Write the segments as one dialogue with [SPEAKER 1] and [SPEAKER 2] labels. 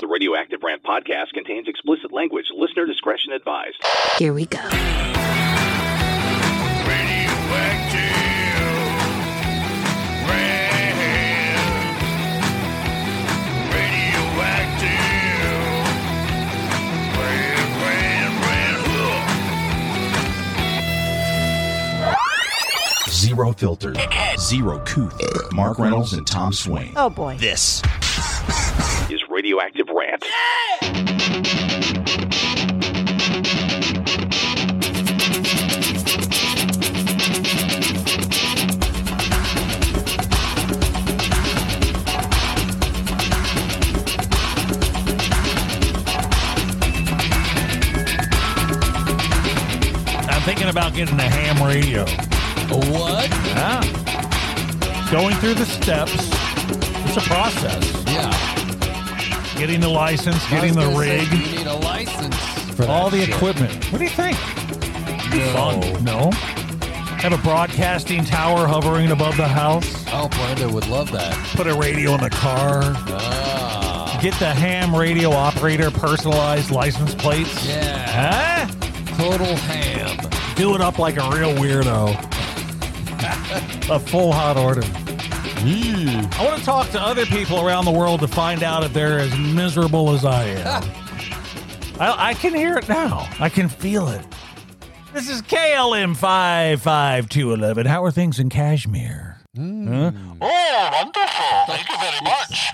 [SPEAKER 1] The Radioactive Rant podcast contains explicit language. Listener discretion advised.
[SPEAKER 2] Here we go.
[SPEAKER 3] Zero filter. Zero couth. Mark Reynolds and Tom Swain.
[SPEAKER 2] Oh boy.
[SPEAKER 3] This
[SPEAKER 1] Is Radioactive Rant.
[SPEAKER 4] I'm thinking about getting a ham radio.
[SPEAKER 5] What?
[SPEAKER 4] Yeah. Going through the steps. It's a process.
[SPEAKER 5] Yeah.
[SPEAKER 4] Getting the license, getting
[SPEAKER 5] I
[SPEAKER 4] the
[SPEAKER 5] was gonna say,
[SPEAKER 4] rig,
[SPEAKER 5] you need a license for
[SPEAKER 4] all
[SPEAKER 5] that
[SPEAKER 4] the
[SPEAKER 5] shit.
[SPEAKER 4] equipment. What do you think? Be
[SPEAKER 5] No.
[SPEAKER 4] Fun. No. Have a broadcasting tower hovering above the house.
[SPEAKER 5] Oh, Brenda would love that.
[SPEAKER 4] Put a radio in the car.
[SPEAKER 5] Ah,
[SPEAKER 4] Get the ham radio operator personalized license plates.
[SPEAKER 5] yeah.
[SPEAKER 4] Huh?
[SPEAKER 5] Total ham.
[SPEAKER 4] Do it up like a real weirdo. a full hot order. I want to talk to other people around the world to find out if they're as miserable as I am. I, I can hear it now. I can feel it. This is KLM 55211. How are things in Kashmir? Huh?
[SPEAKER 6] Oh, wonderful. Thank you very much.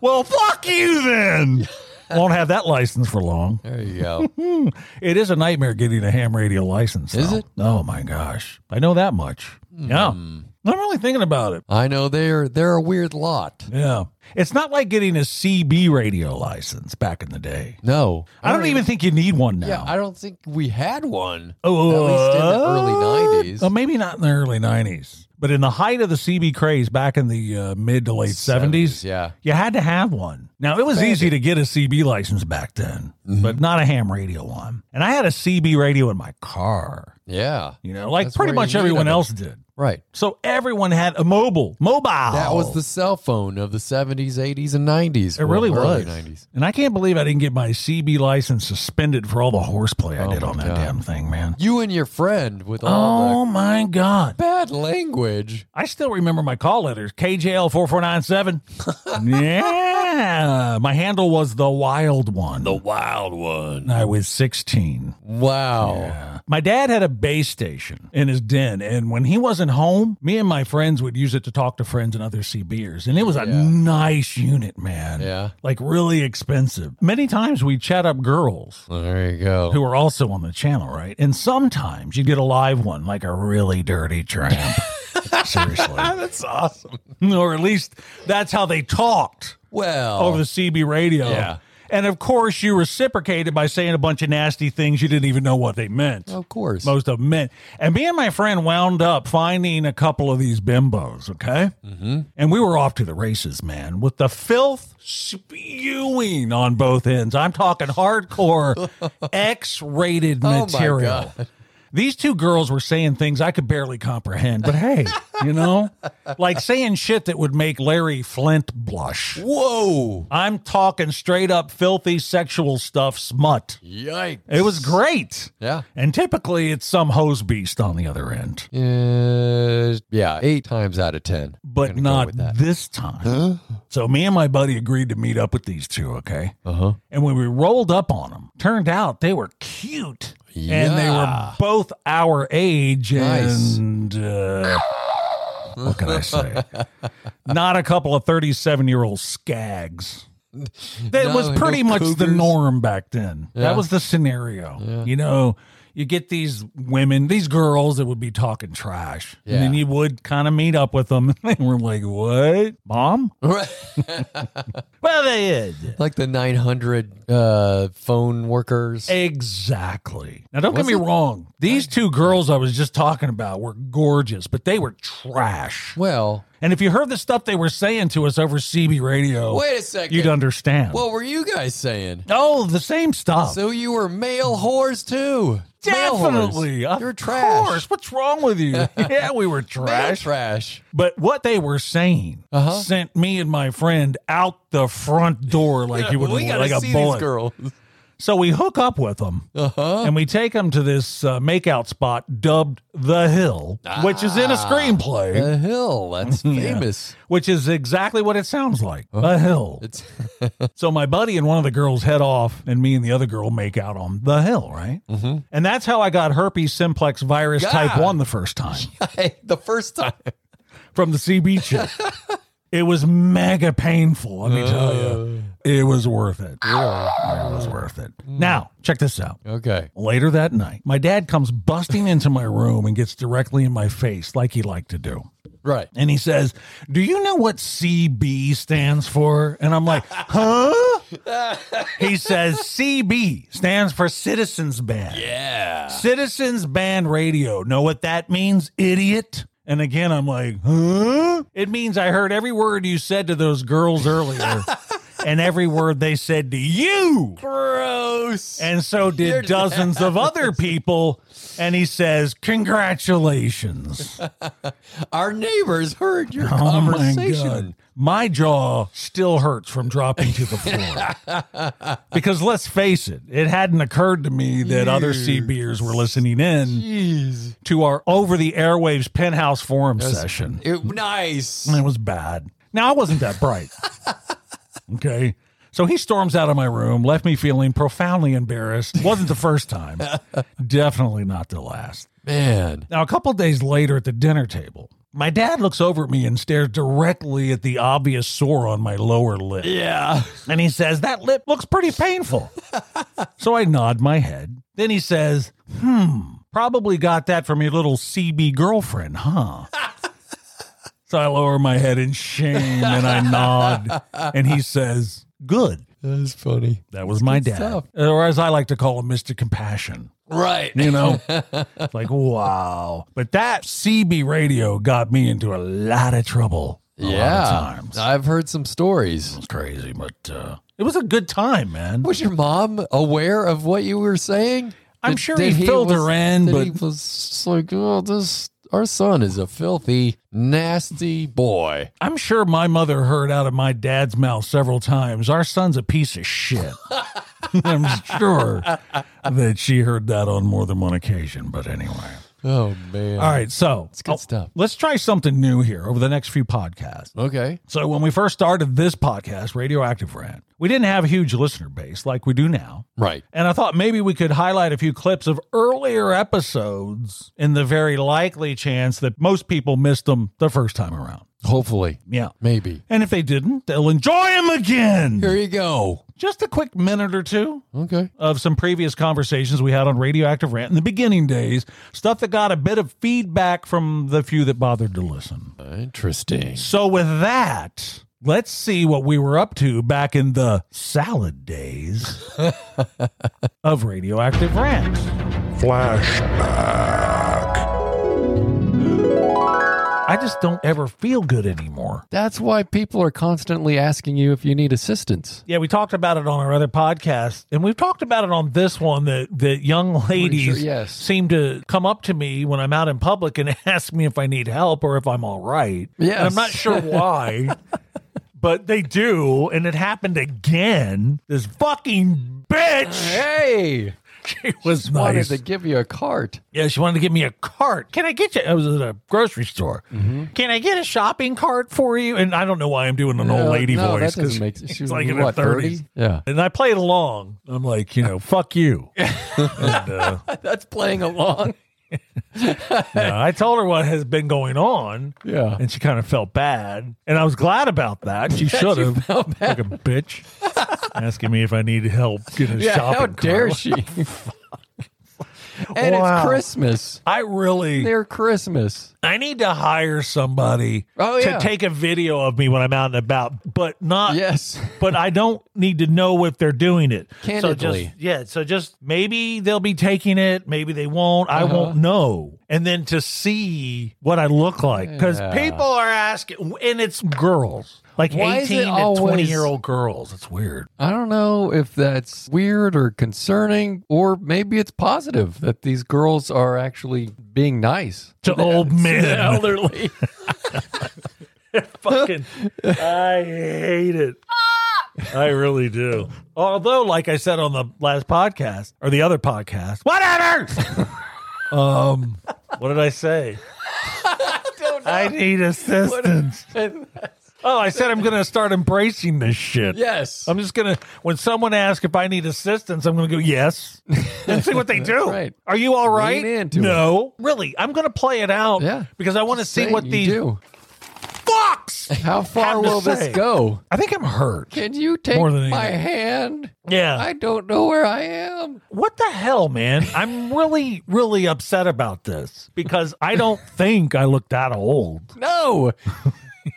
[SPEAKER 4] Well, fuck you then. Won't have that license for long. Hmm.
[SPEAKER 5] There you go.
[SPEAKER 4] It is a nightmare getting a ham radio license.
[SPEAKER 5] Is
[SPEAKER 4] though.
[SPEAKER 5] it? Hmm.
[SPEAKER 4] Oh my gosh. I know that much. Yeah. I'm really thinking about it.
[SPEAKER 5] I know they're they're a weird lot.
[SPEAKER 4] Yeah. It's not like getting a CB radio license back in the day.
[SPEAKER 5] No,
[SPEAKER 4] I don't even think you need one now.
[SPEAKER 5] Yeah, I don't think we had one.
[SPEAKER 4] oh,
[SPEAKER 5] at least in the early 90s.
[SPEAKER 4] Oh, maybe not in the early 90s, but in the height of the CB craze back in the uh, mid to late 70s,
[SPEAKER 5] Yeah.
[SPEAKER 4] you had to have one. Now, it was easy to get a CB license back then,
[SPEAKER 5] Mm-hmm.
[SPEAKER 4] but not a ham radio one. And I had a CB radio in my car,
[SPEAKER 5] Yeah.
[SPEAKER 4] you know, like
[SPEAKER 5] That's
[SPEAKER 4] pretty
[SPEAKER 5] where you
[SPEAKER 4] much
[SPEAKER 5] need
[SPEAKER 4] everyone
[SPEAKER 5] them.
[SPEAKER 4] else did.
[SPEAKER 5] Right.
[SPEAKER 4] So everyone had a mobile, mobile.
[SPEAKER 5] That was the cell phone of the 70s, 80s, and 90s.
[SPEAKER 4] Oh. It really
[SPEAKER 5] Well, early
[SPEAKER 4] was.
[SPEAKER 5] 90s.
[SPEAKER 4] And I can't believe I didn't get my CB license suspended for all the horseplay I
[SPEAKER 5] Oh
[SPEAKER 4] did
[SPEAKER 5] my
[SPEAKER 4] on that
[SPEAKER 5] God.
[SPEAKER 4] damn thing, man.
[SPEAKER 5] You and your friend with all
[SPEAKER 4] Oh my God.
[SPEAKER 5] the bad language.
[SPEAKER 4] I still remember my call letters KJL4497. yeah. My handle was The Wild One. The
[SPEAKER 5] Wild one.
[SPEAKER 4] I was 16.
[SPEAKER 5] Wow.
[SPEAKER 4] My dad had a base station in his den, and when he wasn't home, me and my friends would use it to talk to friends and other CBers. And it was a
[SPEAKER 5] Yeah.
[SPEAKER 4] nice unit, man.
[SPEAKER 5] Yeah.
[SPEAKER 4] Like really expensive. Many times we chat up girls.
[SPEAKER 5] Well, there you go.
[SPEAKER 4] who are also on the channel, right? And sometimes you'd get a live one, like a really dirty tramp. Seriously.
[SPEAKER 5] That's awesome.
[SPEAKER 4] Or at least that's how they talked
[SPEAKER 5] Well,
[SPEAKER 4] over the CB radio.
[SPEAKER 5] Oh. Yeah.
[SPEAKER 4] And of course, you reciprocated by saying a bunch of nasty things you didn't even know what they meant.
[SPEAKER 5] of course.
[SPEAKER 4] Most of them meant. And me and my friend wound up finding a couple of these bimbos, okay? And we were off to the races, man, with the filth spewing on both ends. I'm talking hardcore X rated
[SPEAKER 5] my
[SPEAKER 4] material. These two girls were saying things I could barely comprehend, but hey, you know, like saying shit that would make Larry Flint blush.
[SPEAKER 5] Whoa.
[SPEAKER 4] I'm talking straight up filthy sexual stuff, smut.
[SPEAKER 5] Yikes.
[SPEAKER 4] It was great.
[SPEAKER 5] Yeah.
[SPEAKER 4] And typically it's some hose beast on the other end,
[SPEAKER 5] Uh, yeah. Eight times out of 10.
[SPEAKER 4] but
[SPEAKER 5] Gonna go
[SPEAKER 4] not
[SPEAKER 5] with that.
[SPEAKER 4] this time. So me and my buddy agreed to meet up with these two, okay?
[SPEAKER 5] Uh huh.
[SPEAKER 4] And when we rolled up on them, turned out they were cute. And they were
[SPEAKER 5] Yeah.
[SPEAKER 4] both our age
[SPEAKER 5] Nice.
[SPEAKER 4] and uh, what can I say? not a couple of 37 year old skags. That
[SPEAKER 5] No,
[SPEAKER 4] was
[SPEAKER 5] no
[SPEAKER 4] pretty much the
[SPEAKER 5] cougars.
[SPEAKER 4] norm back then.
[SPEAKER 5] Yeah.
[SPEAKER 4] That was the scenario. You know, you get these women, these girls that would be talking trash. And then
[SPEAKER 5] Yeah.
[SPEAKER 4] you would kind of meet up with them. And they were like, what? Mom? Well, they is.
[SPEAKER 5] like the 900 uh, phone workers.
[SPEAKER 4] Exactly. Now, don't
[SPEAKER 5] Was
[SPEAKER 4] get me
[SPEAKER 5] it?
[SPEAKER 4] wrong. These two girls I was just talking about were gorgeous, but they were trash.
[SPEAKER 5] Well,
[SPEAKER 4] And if you heard the stuff they were saying to us over CB radio,
[SPEAKER 5] Wait a second.
[SPEAKER 4] you'd understand.
[SPEAKER 5] What were you guys saying?
[SPEAKER 4] oh, the same stuff.
[SPEAKER 5] So you were male whores too. Male whores.
[SPEAKER 4] Definitely. of
[SPEAKER 5] You're trash.
[SPEAKER 4] course. What's wrong with you? yeah, we were
[SPEAKER 5] Male
[SPEAKER 4] trash.
[SPEAKER 5] trash.
[SPEAKER 4] But what they were saying
[SPEAKER 5] Uh-huh.
[SPEAKER 4] sent me and my friend out the front door like you would
[SPEAKER 5] we gotta
[SPEAKER 4] like a
[SPEAKER 5] see
[SPEAKER 4] bullet.
[SPEAKER 5] these girls. Uh-huh.
[SPEAKER 4] So we hook up with them and we take them to this uh, makeout spot dubbed The Hill, which is in a
[SPEAKER 5] Ah.
[SPEAKER 4] screenplay,
[SPEAKER 5] The hill. That's famous.
[SPEAKER 4] which is exactly what it sounds like
[SPEAKER 5] Uh-huh.
[SPEAKER 4] a hill.
[SPEAKER 5] It's
[SPEAKER 4] So my buddy and one of the girls head off, and me and the other girl make out on The Hill, right? Mm-hmm. And that's how I got herpes simplex virus type
[SPEAKER 5] God.
[SPEAKER 4] 1 the first time
[SPEAKER 5] the first time.
[SPEAKER 4] from the CB chip. it was mega painful, let me tell you. It was worth it. It was worth it. Now, check this out.
[SPEAKER 5] Okay.
[SPEAKER 4] Later that night, my dad comes busting into my room and gets directly in my face, like he liked to do.
[SPEAKER 5] Right.
[SPEAKER 4] And he says, Do you know what CB stands for? And I'm like, Huh? he says, CB stands for Citizens Band.
[SPEAKER 5] Yeah.
[SPEAKER 4] Citizens Band Radio. Know what that means, idiot? And again, I'm like, Huh? It means I heard every word you said to those girls earlier and every word they said to you.
[SPEAKER 5] Gross.
[SPEAKER 4] And so did
[SPEAKER 5] You're
[SPEAKER 4] dozens of other people. And he says, Congratulations.
[SPEAKER 5] Our neighbors heard your
[SPEAKER 4] Oh my God.
[SPEAKER 5] conversation.
[SPEAKER 4] My jaw still hurts from dropping to the floor. because let's face it, it hadn't occurred to me that other sea beers were listening in
[SPEAKER 5] Jeez.
[SPEAKER 4] to our over the airwaves penthouse forum session.
[SPEAKER 5] It, nice.
[SPEAKER 4] And it was bad. Now, I wasn't that bright. okay. So he storms out of my room, left me feeling profoundly embarrassed. Wasn't the first time, definitely not the last.
[SPEAKER 5] Man.
[SPEAKER 4] Now, a couple days later at the dinner table, my dad looks over at me and stares directly at the obvious sore on my lower lip.
[SPEAKER 5] Yeah.
[SPEAKER 4] And he says, That lip looks pretty painful. so I nod my head. Then he says, Hmm, probably got that from your little CB girlfriend, huh? so I lower my head in shame and I nod. And he says, Good.
[SPEAKER 5] That's funny.
[SPEAKER 4] That was my dad.
[SPEAKER 5] stuff.
[SPEAKER 4] Or as I like to call him, Mr. Compassion.
[SPEAKER 5] Right.
[SPEAKER 4] You know, It's like, wow. But that CB radio got me into a lot of trouble. A
[SPEAKER 5] yeah. Uh,
[SPEAKER 4] Lot of times.
[SPEAKER 5] I've heard some stories.
[SPEAKER 4] It's crazy, but uh, it was a good time, man.
[SPEAKER 5] Was your mom aware of what you were saying?
[SPEAKER 4] I'm sure he filled
[SPEAKER 5] was-
[SPEAKER 4] her in,
[SPEAKER 5] did
[SPEAKER 4] but-
[SPEAKER 5] he was like, "Oh, this our son is a filthy, nasty boy."
[SPEAKER 4] I'm sure my mother heard out of my dad's mouth several times, our son's a piece of shit. I'm sure that she heard that on more than one occasion, but anyway.
[SPEAKER 5] Oh man.
[SPEAKER 4] All right, so oh,
[SPEAKER 5] It's good stuff.
[SPEAKER 4] Let's try something new here over the next few podcasts.
[SPEAKER 5] Okay.
[SPEAKER 4] So when we first started this podcast, Radioactive Rant, we didn't have a huge listener base like we do now.
[SPEAKER 5] Right.
[SPEAKER 4] And I thought maybe we could highlight a few clips of earlier episodes in the very likely chance that most people missed them the first time around.
[SPEAKER 5] Hopefully,
[SPEAKER 4] Yeah.
[SPEAKER 5] maybe.
[SPEAKER 4] And if they didn't, they'll enjoy them again.
[SPEAKER 5] Here you go.
[SPEAKER 4] Just a quick minute or two
[SPEAKER 5] Okay.
[SPEAKER 4] of some previous conversations we had on Radioactive Rant in the beginning days, stuff that got a bit of feedback from the few that bothered to listen.
[SPEAKER 5] Interesting.
[SPEAKER 4] So, with that, let's see what we were up to back in the salad days of Radioactive Rant. Flashback. I just don't ever feel good anymore.
[SPEAKER 5] That's why people are constantly asking you if you need assistance.
[SPEAKER 4] Yeah, we talked about it on our other podcast, and we've talked about it on this one that that young ladies
[SPEAKER 5] sure, yes.
[SPEAKER 4] seem to come up to me when I'm out in public and ask me if I need help or if I'm all right.
[SPEAKER 5] Yes.
[SPEAKER 4] And I'm not sure why, but they do, and it happened again. This fucking bitch
[SPEAKER 5] Hey,
[SPEAKER 4] she was
[SPEAKER 5] Uh, wanted
[SPEAKER 4] nice.
[SPEAKER 5] to give you a cart.
[SPEAKER 4] yeah, she wanted to give me a cart. Can I get you? I was at a grocery store.
[SPEAKER 5] Mm-hmm.
[SPEAKER 4] Can I get a shopping cart for you? And I don't know why I'm doing an old
[SPEAKER 5] Uh,
[SPEAKER 4] lady
[SPEAKER 5] no,
[SPEAKER 4] voice
[SPEAKER 5] That doesn't make
[SPEAKER 4] she's
[SPEAKER 5] She was
[SPEAKER 4] like in
[SPEAKER 5] what,
[SPEAKER 4] her 30s.
[SPEAKER 5] 30? Yeah.
[SPEAKER 4] And I played along. I'm like, you know, fuck you. and, uh,
[SPEAKER 5] That's playing along.
[SPEAKER 4] no, I told her what has been going on,
[SPEAKER 5] yeah.
[SPEAKER 4] and she kind of felt bad. And I was glad about that. She should have.
[SPEAKER 5] felt
[SPEAKER 4] Like a bitch. Asking me if I need help getting a
[SPEAKER 5] Yeah,
[SPEAKER 4] shopping
[SPEAKER 5] how
[SPEAKER 4] cart.
[SPEAKER 5] dare she? And
[SPEAKER 4] Wow.
[SPEAKER 5] it's Christmas.
[SPEAKER 4] I really
[SPEAKER 5] Near Christmas.
[SPEAKER 4] I need to hire somebody
[SPEAKER 5] Oh, yeah.
[SPEAKER 4] to take a video of me when I'm out and about, but not.
[SPEAKER 5] Yes.
[SPEAKER 4] But I don't need to know if they're doing it. So
[SPEAKER 5] Candidly.
[SPEAKER 4] just, yeah. So just maybe they'll be taking it. Maybe they won't. I
[SPEAKER 5] Uh-huh.
[SPEAKER 4] won't know. And then to see what I look like because
[SPEAKER 5] Yeah.
[SPEAKER 4] people are asking, and it's girls like
[SPEAKER 5] Why is it
[SPEAKER 4] 18 to
[SPEAKER 5] always-
[SPEAKER 4] 20 year old girls. It's weird.
[SPEAKER 5] I don't know if that's weird or concerning, or maybe it's positive that these girls are actually being nice
[SPEAKER 4] To old men.
[SPEAKER 5] the elderly.
[SPEAKER 4] fucking I hate it. I really do. Although, like I said on the last podcast or the other podcast, whatever. um, what did I say? I need assistance. Oh, I said I'm going to start embracing this shit.
[SPEAKER 5] yes.
[SPEAKER 4] I'm just gonna when someone asks if I need assistance, I'm gonna go yes and see what they do.
[SPEAKER 5] right.
[SPEAKER 4] Are you all right?
[SPEAKER 5] Lean into
[SPEAKER 4] no, really. I'm gonna play it out
[SPEAKER 5] Yeah.
[SPEAKER 4] because I want to see
[SPEAKER 5] Say
[SPEAKER 4] what
[SPEAKER 5] you
[SPEAKER 4] these
[SPEAKER 5] do.
[SPEAKER 4] fucks
[SPEAKER 5] How
[SPEAKER 4] have
[SPEAKER 5] far
[SPEAKER 4] to
[SPEAKER 5] will
[SPEAKER 4] say.
[SPEAKER 5] this go?
[SPEAKER 4] I think I'm hurt.
[SPEAKER 5] Can you take
[SPEAKER 4] More than
[SPEAKER 5] my
[SPEAKER 4] anything.
[SPEAKER 5] hand?
[SPEAKER 4] Yeah.
[SPEAKER 5] I don't know where I am.
[SPEAKER 4] what the hell, man? I'm really, really upset about this because I don't think I look that old.
[SPEAKER 5] No,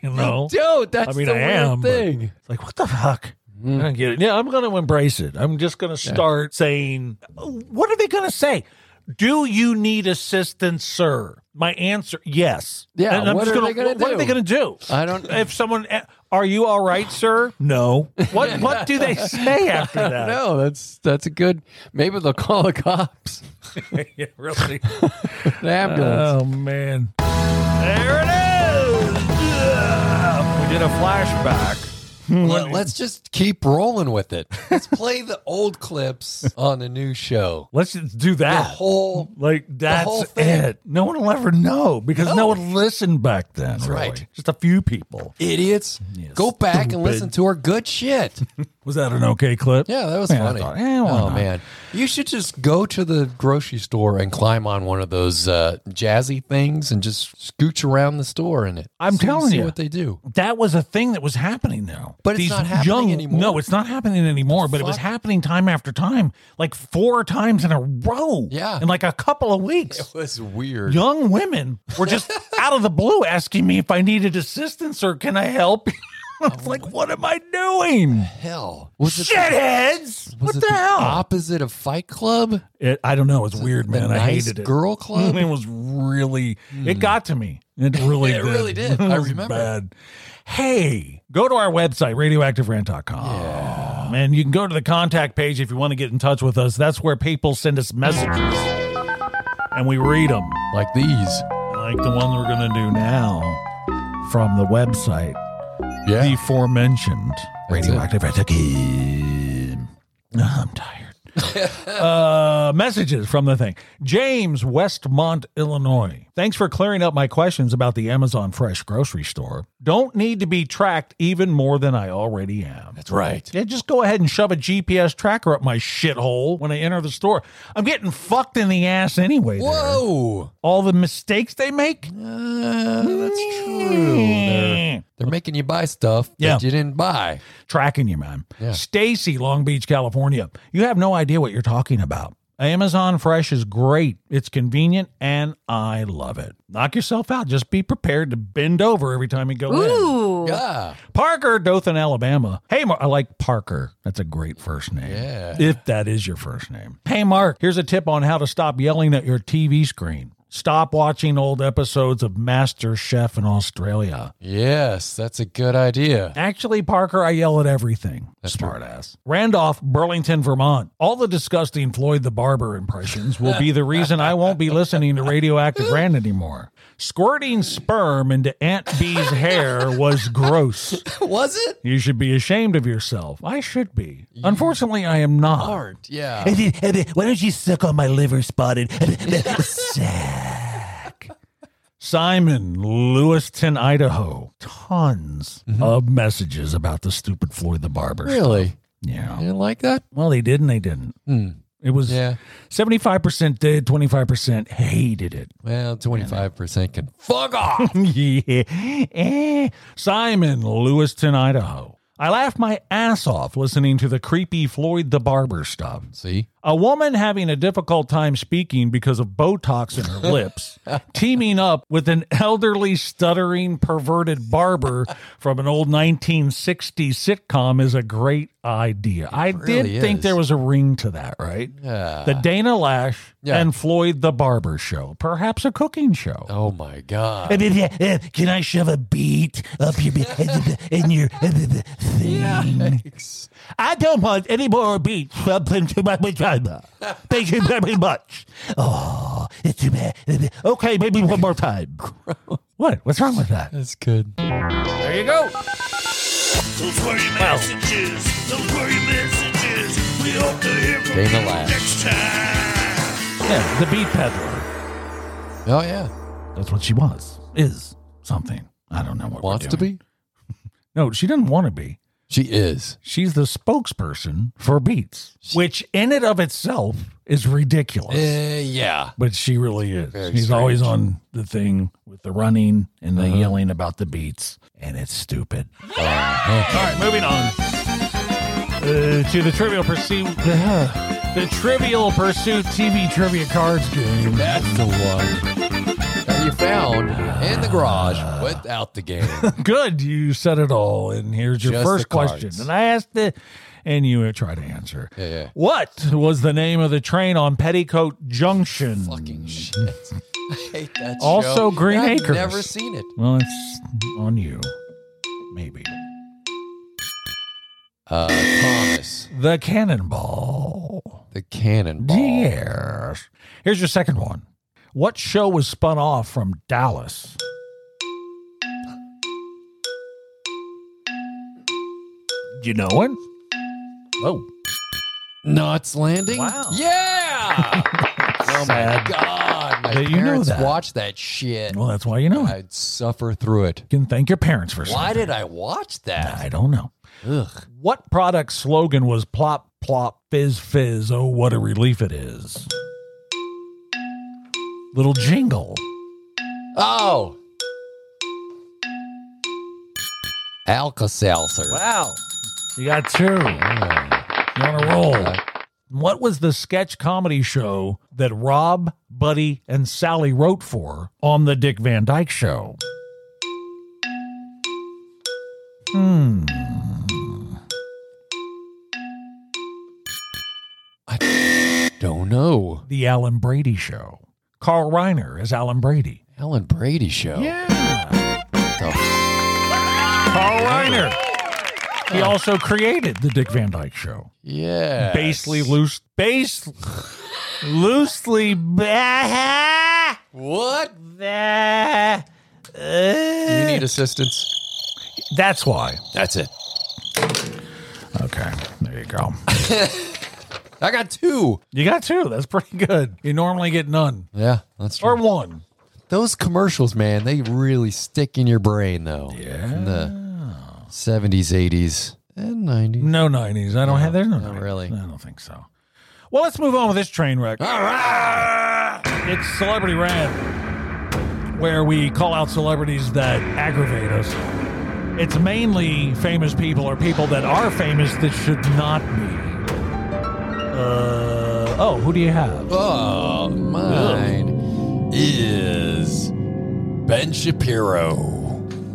[SPEAKER 4] You know,
[SPEAKER 5] dude, that's
[SPEAKER 4] I mean,
[SPEAKER 5] the
[SPEAKER 4] I
[SPEAKER 5] weird
[SPEAKER 4] am, but-
[SPEAKER 5] thing.
[SPEAKER 4] it's like what the fuck.
[SPEAKER 5] Mm.
[SPEAKER 4] I don't get it. Yeah, I'm going to embrace it. I'm just going to start saying, what are they going to say? Do you need assistance, sir? My answer, yes.
[SPEAKER 5] Yeah,
[SPEAKER 4] And I'm
[SPEAKER 5] what
[SPEAKER 4] just
[SPEAKER 5] are
[SPEAKER 4] gonna,
[SPEAKER 5] they gonna
[SPEAKER 4] What are
[SPEAKER 5] do?
[SPEAKER 4] they going to do?
[SPEAKER 5] I don't-
[SPEAKER 4] If someone, a- are you all right, sir? No. What What do they say after that?
[SPEAKER 5] No, that's that's a good. Maybe they'll call the cops,
[SPEAKER 4] Yeah, really.
[SPEAKER 5] an ambulance.
[SPEAKER 4] Oh man. There it is. Yeah. We did a flashback.
[SPEAKER 5] Let, us just keep rolling with it. Let's play the old clips on the new show.
[SPEAKER 4] Let's just do
[SPEAKER 5] The
[SPEAKER 4] that.
[SPEAKER 5] whole
[SPEAKER 4] like
[SPEAKER 5] whole
[SPEAKER 4] that's
[SPEAKER 5] thing.
[SPEAKER 4] it. No one will ever know because no,
[SPEAKER 5] No.
[SPEAKER 4] one listened back then. really.
[SPEAKER 5] right.
[SPEAKER 4] Just a few people.
[SPEAKER 5] idiots, go back and listen to our good shit.
[SPEAKER 4] Was that an okay clip?
[SPEAKER 5] Yeah, that was
[SPEAKER 4] Man, I
[SPEAKER 5] funny.
[SPEAKER 4] thought, eh, why
[SPEAKER 5] oh
[SPEAKER 4] not?
[SPEAKER 5] man, you should just go to the grocery store and climb on one of those uh, jazzy things and just scooch around the store in it.
[SPEAKER 4] I'm
[SPEAKER 5] See-
[SPEAKER 4] telling
[SPEAKER 5] see
[SPEAKER 4] you.
[SPEAKER 5] what they do.
[SPEAKER 4] That was a thing that was happening now.
[SPEAKER 5] But it's not happening anymore.
[SPEAKER 4] No, it's not happening anymore, but it was
[SPEAKER 5] fuck?
[SPEAKER 4] happening time after time, like four times in a row.
[SPEAKER 5] Yeah.
[SPEAKER 4] In like a couple of weeks.
[SPEAKER 5] was weird.
[SPEAKER 4] young women were just out of the blue asking me if I needed assistance or can I help? you? I was like, what am I doing?
[SPEAKER 5] Hell, Oh, was it?
[SPEAKER 4] Shitheads!
[SPEAKER 5] Was
[SPEAKER 4] What
[SPEAKER 5] it
[SPEAKER 4] the hell?
[SPEAKER 5] opposite of Fight Club?
[SPEAKER 4] It, I don't know. It's weird,
[SPEAKER 5] The
[SPEAKER 4] man. I
[SPEAKER 5] nice
[SPEAKER 4] hated it.
[SPEAKER 5] girl club? Hmm.
[SPEAKER 4] It was really. It got to me. It really.
[SPEAKER 5] It
[SPEAKER 4] did.
[SPEAKER 5] really did.
[SPEAKER 4] It
[SPEAKER 5] I
[SPEAKER 4] was
[SPEAKER 5] remember.
[SPEAKER 4] Bad. Hey, go to our website radioactiverant.com. And you can go to the contact page if you want to get in touch with us. That's where people send us messages, and we read them.
[SPEAKER 5] Like these?
[SPEAKER 4] like the one we're going to do now from the website,
[SPEAKER 5] Yeah.
[SPEAKER 4] the aforementioned
[SPEAKER 5] That's
[SPEAKER 4] radioactive Again, I'm tired. uh, messages from the thing. James, Westmont, Illinois. Thanks for clearing up my questions about the Amazon Fresh grocery store. Don't need to be tracked even more than I already am.
[SPEAKER 5] That's right.
[SPEAKER 4] Yeah, just go ahead and shove a GPS tracker up my shithole when I enter the store. I'm getting fucked in the ass anyway. there.
[SPEAKER 5] Whoa.
[SPEAKER 4] All the mistakes they make.
[SPEAKER 5] Uh, that's true. They're, they're making you buy stuff
[SPEAKER 4] Yeah.
[SPEAKER 5] that you didn't buy.
[SPEAKER 4] Tracking you, man.
[SPEAKER 5] Yeah.
[SPEAKER 4] Stacy, Long Beach, California. You have no idea what you're talking about. Amazon Fresh is great. It's convenient and I love it. Knock yourself out. Just be prepared to bend over every time you go in.
[SPEAKER 2] Ooh.
[SPEAKER 5] Yeah.
[SPEAKER 4] Parker, Dothan, Alabama. Hey, Mark. I like Parker. That's a great first name.
[SPEAKER 5] Yeah.
[SPEAKER 4] If that is your first name. Hey, Mark, here's a tip on how to stop yelling at your TV screen. Stop watching old episodes of Master Chef in Australia.
[SPEAKER 5] Yes, that's a good idea.
[SPEAKER 4] Actually, Parker, I yell at everything. Smart ass. Randolph, Burlington, Vermont. All the disgusting Floyd the Barber impressions will be the reason I won't be listening to Radioactive Rand anymore. Squirting sperm into Aunt B's hair was gross.
[SPEAKER 5] Was it?
[SPEAKER 4] You should be ashamed of yourself. I should be. Unfortunately, I am not.
[SPEAKER 5] Aren't. Yeah.
[SPEAKER 4] Why don't you suck on my liver spotted? Sack. Simon, Lewiston, Idaho. Tons of messages about the stupid Floyd the Barber.
[SPEAKER 5] Really?
[SPEAKER 4] Yeah.
[SPEAKER 5] You didn't like that?
[SPEAKER 4] Well, they did and they didn't. It was
[SPEAKER 5] Yeah.
[SPEAKER 4] 75% did, 25% hated it.
[SPEAKER 5] Well, 25% can fuck off.
[SPEAKER 4] yeah. Eh. Simon, Lewiston, Idaho. I laughed my ass off listening to the creepy Floyd the Barber stuff.
[SPEAKER 5] See?
[SPEAKER 4] A woman having a difficult time speaking because of Botox in her lips, teaming up with an elderly, stuttering, perverted barber from an old 1960s sitcom is a great idea. I
[SPEAKER 5] really
[SPEAKER 4] did think
[SPEAKER 5] is.
[SPEAKER 4] there was a ring to that, right?
[SPEAKER 5] Yeah.
[SPEAKER 4] The Dana Lash
[SPEAKER 5] Yeah.
[SPEAKER 4] and Floyd the Barber show, perhaps a cooking show.
[SPEAKER 5] oh my God.
[SPEAKER 4] Uh, uh, uh, Can I shove a beat up your in your uh, uh, thing?
[SPEAKER 5] Yikes.
[SPEAKER 4] I don't want any more beats up into my vagina. Thank you very much. Oh, it's too bad. Okay, maybe one more time. What? What's wrong with that?
[SPEAKER 5] That's good. There you go.
[SPEAKER 2] Those were your messages. Those were your messages. We hope to hear from
[SPEAKER 5] Dana
[SPEAKER 2] you
[SPEAKER 5] Lash.
[SPEAKER 2] next time.
[SPEAKER 4] Yeah, the beat peddler.
[SPEAKER 5] Oh, yeah.
[SPEAKER 4] That's what she was. Is something. I don't know what
[SPEAKER 5] Wants to be?
[SPEAKER 4] No, she didn't want to be.
[SPEAKER 5] She is.
[SPEAKER 4] She's the spokesperson for Beats, which in and of itself is ridiculous.
[SPEAKER 5] Eh. Uh, yeah.
[SPEAKER 4] But she really is.
[SPEAKER 5] Very
[SPEAKER 4] She's
[SPEAKER 5] strange. Uh-huh.
[SPEAKER 4] always on the thing with the running and the yelling about the beats, and it's stupid. All right, moving on uh, to the Trivial Pursuit. the Trivial Pursuit TV trivia cards game.
[SPEAKER 5] That's the one that you found in the garage without the game.
[SPEAKER 4] Good, you said it all. And here's your
[SPEAKER 5] Just
[SPEAKER 4] first
[SPEAKER 5] the cards.
[SPEAKER 4] question. And I asked it, and you try to answer.
[SPEAKER 5] Yeah, yeah.
[SPEAKER 4] What was the name of the train on Petticoat Junction?
[SPEAKER 5] Fucking shit. I hate that
[SPEAKER 4] Mm. Also
[SPEAKER 5] show.
[SPEAKER 4] Green
[SPEAKER 5] I've
[SPEAKER 4] Acres.
[SPEAKER 5] never seen it.
[SPEAKER 4] Well, it's on you. Maybe.
[SPEAKER 5] Uh, Thomas,
[SPEAKER 4] The Cannonball.
[SPEAKER 5] the cannonball.
[SPEAKER 4] Yes. Here's your second one. What show was spun off from Dallas? You know it? Oh,
[SPEAKER 5] Knots Landing?
[SPEAKER 4] Wow.
[SPEAKER 5] Yeah! oh my
[SPEAKER 4] Sad.
[SPEAKER 5] God. My
[SPEAKER 4] That you know
[SPEAKER 5] parents
[SPEAKER 4] that.
[SPEAKER 5] watched that shit.
[SPEAKER 4] well, that's why you know it.
[SPEAKER 5] I'd suffer through it.
[SPEAKER 4] You can thank your parents for
[SPEAKER 5] Why
[SPEAKER 4] something.
[SPEAKER 5] did I watch that?
[SPEAKER 4] I don't know.
[SPEAKER 5] Ugh.
[SPEAKER 4] What product slogan was plop, plop, fizz, fizz? Oh, what a relief it is. Little jingle.
[SPEAKER 5] Oh! Alka-Seltzer.
[SPEAKER 4] Wow. You got two. You're
[SPEAKER 5] Mm.
[SPEAKER 4] on a roll. What was the sketch comedy show that Rob, Buddy, and Sally wrote for on The Dick Van Dyke Show? Hmm.
[SPEAKER 5] Don't know.
[SPEAKER 4] The Alan Brady Show. Carl Reiner is Alan Brady.
[SPEAKER 5] Alan Brady show.
[SPEAKER 4] Yeah.
[SPEAKER 5] The f-
[SPEAKER 4] Carl Reiner. He also created The Dick Van Dyke Show.
[SPEAKER 5] yeah.
[SPEAKER 4] Basely loose. Base. loosely. Bah,
[SPEAKER 5] What?
[SPEAKER 4] bah,
[SPEAKER 5] You
[SPEAKER 4] uh,
[SPEAKER 5] need assistance?
[SPEAKER 4] that's why.
[SPEAKER 5] That's it.
[SPEAKER 4] Okay, there you go.
[SPEAKER 5] I got two.
[SPEAKER 4] You got two. That's pretty good. You normally get none
[SPEAKER 5] Yeah, that's
[SPEAKER 4] or
[SPEAKER 5] true.
[SPEAKER 4] one.
[SPEAKER 5] Those commercials, man, they really stick in your brain, though. Yeah. From the 70s, 80s, and 90s.
[SPEAKER 4] No nineties. I don't have. There's no.
[SPEAKER 5] not
[SPEAKER 4] 90s.
[SPEAKER 5] really.
[SPEAKER 4] I don't think so. Well, let's move on with this train wreck.
[SPEAKER 5] All
[SPEAKER 4] Ah!
[SPEAKER 5] right.
[SPEAKER 4] It's Celebrity Rant, where we call out celebrities that aggravate us. It's mainly famous people or people that are famous that should not be. Uh, oh, who do you have?
[SPEAKER 5] Oh, mine is Ben Shapiro.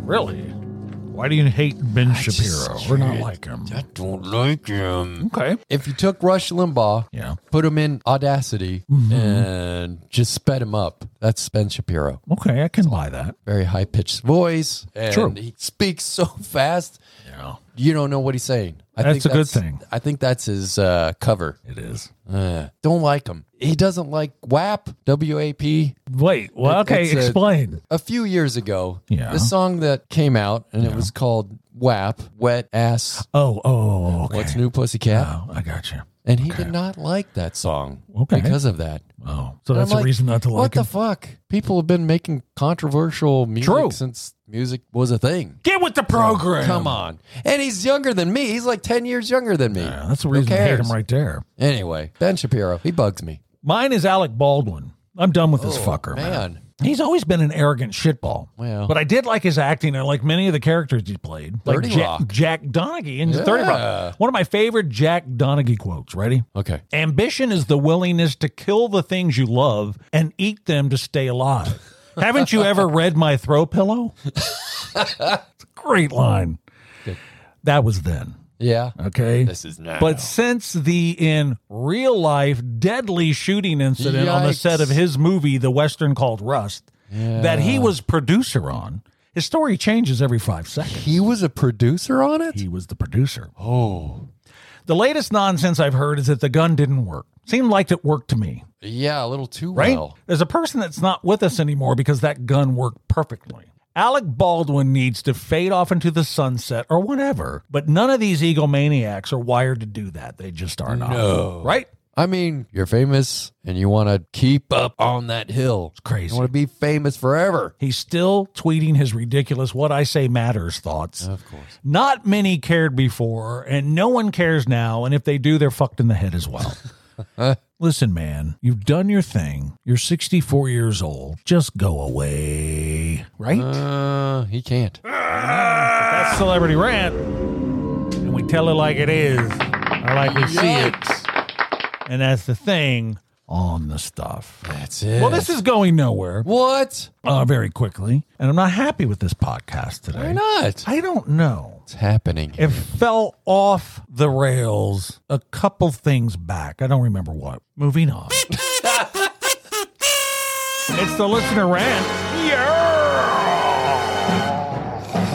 [SPEAKER 4] Really? Why do you hate Ben
[SPEAKER 5] just
[SPEAKER 4] Shapiro? We're not
[SPEAKER 5] can't-
[SPEAKER 4] like him.
[SPEAKER 5] I don't like him.
[SPEAKER 4] Okay.
[SPEAKER 5] If you took Rush Limbaugh,
[SPEAKER 4] Yeah. Mm-hmm.
[SPEAKER 5] put him in Audacity, and just sped him up, that's Ben Shapiro.
[SPEAKER 4] Okay, I can buy that.
[SPEAKER 5] Very high pitched voice. And
[SPEAKER 4] True.
[SPEAKER 5] he speaks so fast.
[SPEAKER 4] Yeah.
[SPEAKER 5] you don't know what he's saying. I
[SPEAKER 4] That's a good thing.
[SPEAKER 5] I think that's his uh, cover.
[SPEAKER 4] It is.
[SPEAKER 5] Uh, don't like him. He doesn't like WAP, W A P.
[SPEAKER 4] Wait. Well,
[SPEAKER 5] It-
[SPEAKER 4] okay.
[SPEAKER 5] it's a-
[SPEAKER 4] explain.
[SPEAKER 5] A few years ago,
[SPEAKER 4] Yeah.
[SPEAKER 5] the song that came out and it was called WAP, Wet Ass,
[SPEAKER 4] oh, oh. Okay.
[SPEAKER 5] What's New Pussycat.
[SPEAKER 4] Oh, I got you.
[SPEAKER 5] And he did not like that song
[SPEAKER 4] Okay.
[SPEAKER 5] because of that.
[SPEAKER 4] Oh, so
[SPEAKER 5] And
[SPEAKER 4] that's
[SPEAKER 5] I'm
[SPEAKER 4] a
[SPEAKER 5] like,
[SPEAKER 4] reason not to
[SPEAKER 5] What
[SPEAKER 4] like
[SPEAKER 5] the
[SPEAKER 4] him.
[SPEAKER 5] fuck? People have been making controversial music
[SPEAKER 4] True.
[SPEAKER 5] since music was a thing.
[SPEAKER 4] Get with the program.
[SPEAKER 5] Come on. And he's younger than me. He's like 10 years younger than me.
[SPEAKER 4] Yeah, that's the
[SPEAKER 5] Who
[SPEAKER 4] reason I hate
[SPEAKER 5] cares?
[SPEAKER 4] him right there.
[SPEAKER 5] Anyway, Ben Shapiro, he bugs me.
[SPEAKER 4] Mine is Alec Baldwin. I'm done with this
[SPEAKER 7] Oh,
[SPEAKER 4] fucker, man.
[SPEAKER 7] man.
[SPEAKER 4] He's always been an arrogant shitball.
[SPEAKER 5] Well.
[SPEAKER 4] But I did like his acting. I like many of the characters he played. Like
[SPEAKER 5] 30
[SPEAKER 4] Jack,
[SPEAKER 5] Rock.
[SPEAKER 4] Jack Donaghy in 30
[SPEAKER 5] Yeah.
[SPEAKER 4] Rock. One of my favorite Jack Donaghy quotes. Ready?
[SPEAKER 5] Okay.
[SPEAKER 4] Ambition is the willingness to kill the things you love and eat them to stay alive. Haven't you ever read my throw pillow? it's a great line. That was then.
[SPEAKER 5] Yeah.
[SPEAKER 4] Okay.
[SPEAKER 7] This is now.
[SPEAKER 4] But since the in real life deadly shooting incident on the set of
[SPEAKER 5] Yikes.
[SPEAKER 4] his movie, The Western Called Rust, that he was producer on, his story changes every five seconds.
[SPEAKER 5] He was a producer on it?
[SPEAKER 4] He was the producer. Oh. The latest nonsense I've heard is that the gun didn't work. Seemed like it worked to me,
[SPEAKER 5] yeah, a little too
[SPEAKER 4] right?
[SPEAKER 5] well.
[SPEAKER 4] There's a person that's not with us anymore because that gun worked perfectly. Alec Baldwin needs to fade off into the sunset or whatever, but none of these egomaniacs are wired to do that. They just are not.
[SPEAKER 5] No.
[SPEAKER 4] Right?
[SPEAKER 5] I mean, you're famous and you want to keep up on that hill. It's
[SPEAKER 4] crazy.
[SPEAKER 5] You want to be famous forever.
[SPEAKER 4] He's still tweeting his ridiculous what I say matters thoughts.
[SPEAKER 5] Of course.
[SPEAKER 4] Not many cared before, and no one cares now. And if they do, they're fucked in the head as well. Listen, man, you've done your thing. You're 64 years old. Just go away. Right?
[SPEAKER 5] Uh, he can't.
[SPEAKER 4] That's Celebrity Rant. And we tell it like it is, or like we see it. And that's the thing on the stuff.
[SPEAKER 5] That's it.
[SPEAKER 4] Well, this is going nowhere
[SPEAKER 5] What?
[SPEAKER 4] uh, very quickly. And I'm not happy with this podcast today.
[SPEAKER 5] Why not?
[SPEAKER 4] I don't know.
[SPEAKER 5] It's happening.
[SPEAKER 4] It fell off the rails a couple things back. I don't remember what. Moving on. it's the listener rant.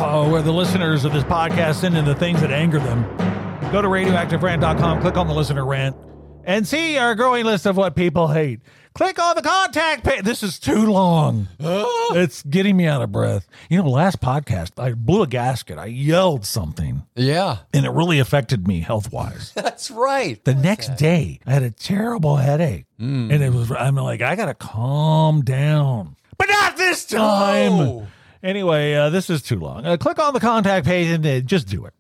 [SPEAKER 4] Oh, where the listeners of this podcast send in the things that anger them. Go to radioactiverant.com, click on the listener rant, and see our growing list of what people hate. Click on the contact page. This is too long. it's getting me out of breath. You know, last podcast, I blew a gasket. I yelled something,
[SPEAKER 5] yeah,
[SPEAKER 4] and it really affected me health wise.
[SPEAKER 5] that's right.
[SPEAKER 4] The next day, I had a terrible headache,
[SPEAKER 5] Hmm.
[SPEAKER 4] and it was. I'm like, I gotta calm down, but not this time.
[SPEAKER 5] No.
[SPEAKER 4] Anyway, uh, this is too long. Uh, click on the contact page and uh, just do it.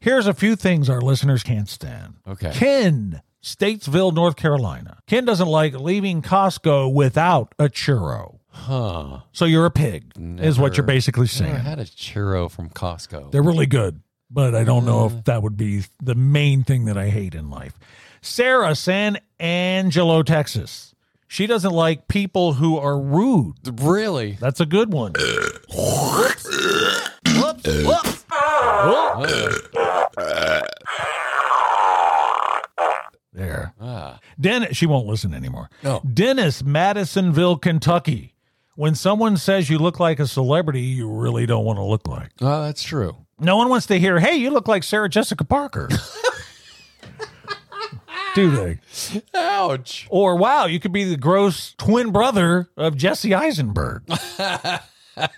[SPEAKER 4] Here's a few things our listeners can't stand.
[SPEAKER 5] Okay.
[SPEAKER 4] Ken, Statesville, North Carolina. Ken doesn't like leaving Costco without a churro.
[SPEAKER 5] Huh.
[SPEAKER 4] So you're a pig, is what you're
[SPEAKER 5] Never-
[SPEAKER 4] basically saying.
[SPEAKER 5] Never had a churro from Costco.
[SPEAKER 4] They're really good, but I don't know if that would be the main thing that I hate in life. Sarah, San Angelo, Texas. She doesn't like people who are rude.
[SPEAKER 5] really?
[SPEAKER 4] That's a good one. Whoops. Whoops. Whoops. Whoop.
[SPEAKER 5] Uh,
[SPEAKER 4] There.
[SPEAKER 5] ah.
[SPEAKER 4] Dennis, she won't listen anymore.
[SPEAKER 5] No.
[SPEAKER 4] Dennis, Madisonville, Kentucky. When someone says you look like a celebrity, you really don't want to look like.
[SPEAKER 5] Oh, that's true.
[SPEAKER 4] No one wants to hear, hey, you look like Sarah Jessica Parker. Do they?
[SPEAKER 5] Ouch.
[SPEAKER 4] Or wow, you could be the gross twin brother of Jesse Eisenberg. I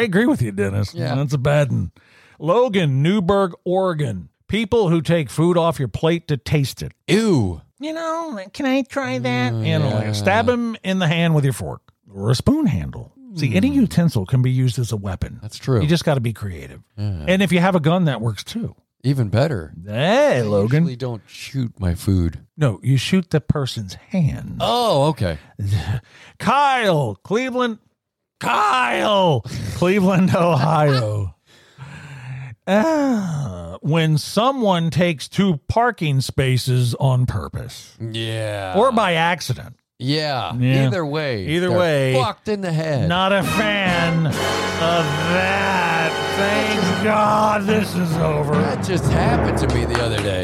[SPEAKER 4] agree with you, Dennis.
[SPEAKER 5] Yeah.
[SPEAKER 4] That's a bad one. Logan, Newburgh, Oregon. People who take food off your plate to taste it.
[SPEAKER 5] Ew.
[SPEAKER 4] You know, can I try that?
[SPEAKER 5] Mm,
[SPEAKER 4] you know, like stab him in the hand with your fork or a spoon handle. See, any utensil can be used as a weapon.
[SPEAKER 5] Mm. That's true.
[SPEAKER 4] You just got to be creative. And if you have a gun, that works too.
[SPEAKER 5] Even better.
[SPEAKER 4] Hey, Logan.
[SPEAKER 5] Usually don't shoot my food.
[SPEAKER 4] no, you shoot the person's hand.
[SPEAKER 5] Oh, okay.
[SPEAKER 4] Kyle, Cleveland, Kyle, Cleveland, Ohio. Ah, when someone takes two parking spaces on purpose
[SPEAKER 5] Yeah.
[SPEAKER 4] or by accident.
[SPEAKER 5] yeah.
[SPEAKER 4] Yeah.
[SPEAKER 5] Either way.
[SPEAKER 4] Either
[SPEAKER 5] they're
[SPEAKER 4] way,
[SPEAKER 5] Fucked in the head.
[SPEAKER 4] Not a fan of that. Thank God this is over.
[SPEAKER 5] That just happened to me the other day.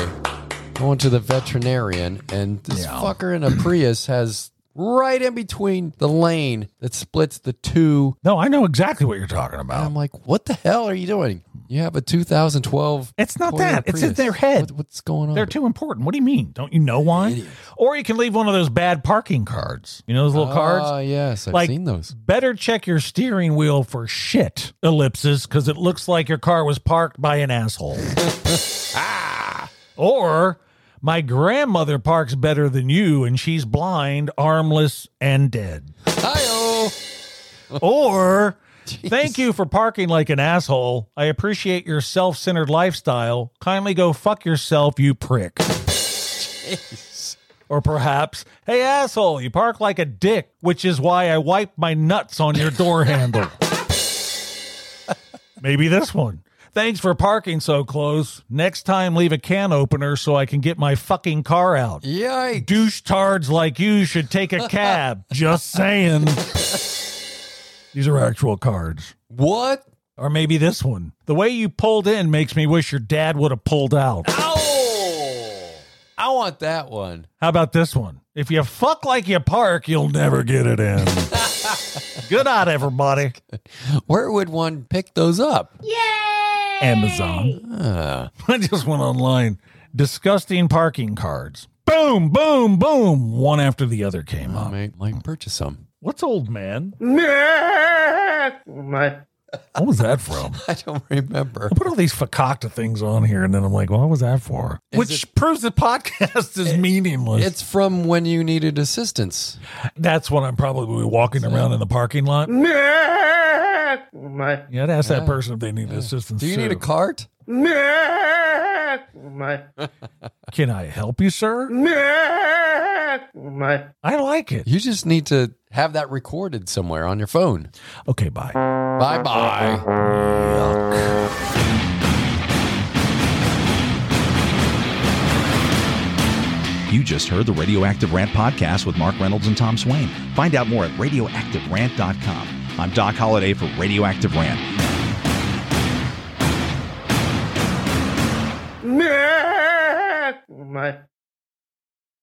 [SPEAKER 5] I went to the veterinarian, and this fucker in a Prius has right in between the lane that splits the two.
[SPEAKER 4] No, I know exactly what you're talking
[SPEAKER 5] And
[SPEAKER 4] about.
[SPEAKER 5] I'm like, what the hell are you doing? You have a 2012.
[SPEAKER 4] It's not
[SPEAKER 5] Toyota
[SPEAKER 4] that. It's in
[SPEAKER 5] Prius.
[SPEAKER 4] their head.
[SPEAKER 5] What- what's going on?
[SPEAKER 4] They're too important. What do you mean? Don't you know why? Or you can leave one of those bad parking cards. You know those little cards?
[SPEAKER 5] Ah, yes. I've
[SPEAKER 4] Like-
[SPEAKER 5] seen those.
[SPEAKER 4] Better check your steering wheel for shit ellipses because it looks like your car was parked by an asshole. ah! Or my grandmother parks better than you and she's blind, armless, and dead.
[SPEAKER 5] Hi-oh.
[SPEAKER 4] Or thank you for parking like an asshole. I appreciate your self centered lifestyle. Kindly go fuck yourself, you prick. Or perhaps, hey asshole, you park like a dick, which is why I wipe my nuts on your door handle. Maybe this one. Thanks for parking so close. Next time, leave a can opener so I can get my fucking car out.
[SPEAKER 5] Yikes.
[SPEAKER 4] Douche tards like you should take a cab. Just saying. These are actual cards.
[SPEAKER 5] What?
[SPEAKER 4] Or maybe this one. The way you pulled in makes me wish your dad would have pulled out.
[SPEAKER 5] Oh, I want that one.
[SPEAKER 4] How about this one? If you fuck like you park, you'll never get it in. Good night, everybody.
[SPEAKER 5] Where would one pick those up?
[SPEAKER 4] Amazon.
[SPEAKER 5] Uh,
[SPEAKER 4] I just went online. Disgusting parking cards. Boom, boom, boom. One after the other came
[SPEAKER 5] I
[SPEAKER 4] up.
[SPEAKER 5] might, might purchase them.
[SPEAKER 4] What's old man?
[SPEAKER 7] My
[SPEAKER 4] What was that from?
[SPEAKER 5] I don't remember.
[SPEAKER 4] I put all these fakakta things on here, and then I'm like, well, what was that for?
[SPEAKER 5] Is
[SPEAKER 4] Which proves the podcast is meaningless.
[SPEAKER 5] It's from when you needed assistance.
[SPEAKER 4] That's what I'm probably walking around in the parking lot.
[SPEAKER 7] my
[SPEAKER 4] Yeah, I'd ask that person if they need assistance.
[SPEAKER 5] Do you need
[SPEAKER 4] too.
[SPEAKER 5] a cart?
[SPEAKER 7] my
[SPEAKER 4] Can I help you, sir?
[SPEAKER 7] my
[SPEAKER 4] I like it.
[SPEAKER 5] You just need to have that recorded somewhere on your phone.
[SPEAKER 4] Okay, bye.
[SPEAKER 5] Bye bye.
[SPEAKER 3] You just heard the Radioactive Rant podcast with Mark Reynolds and Tom Swain. Find out more at radioactiverant.com. I'm Doc Holliday for Radioactive Rant.
[SPEAKER 7] my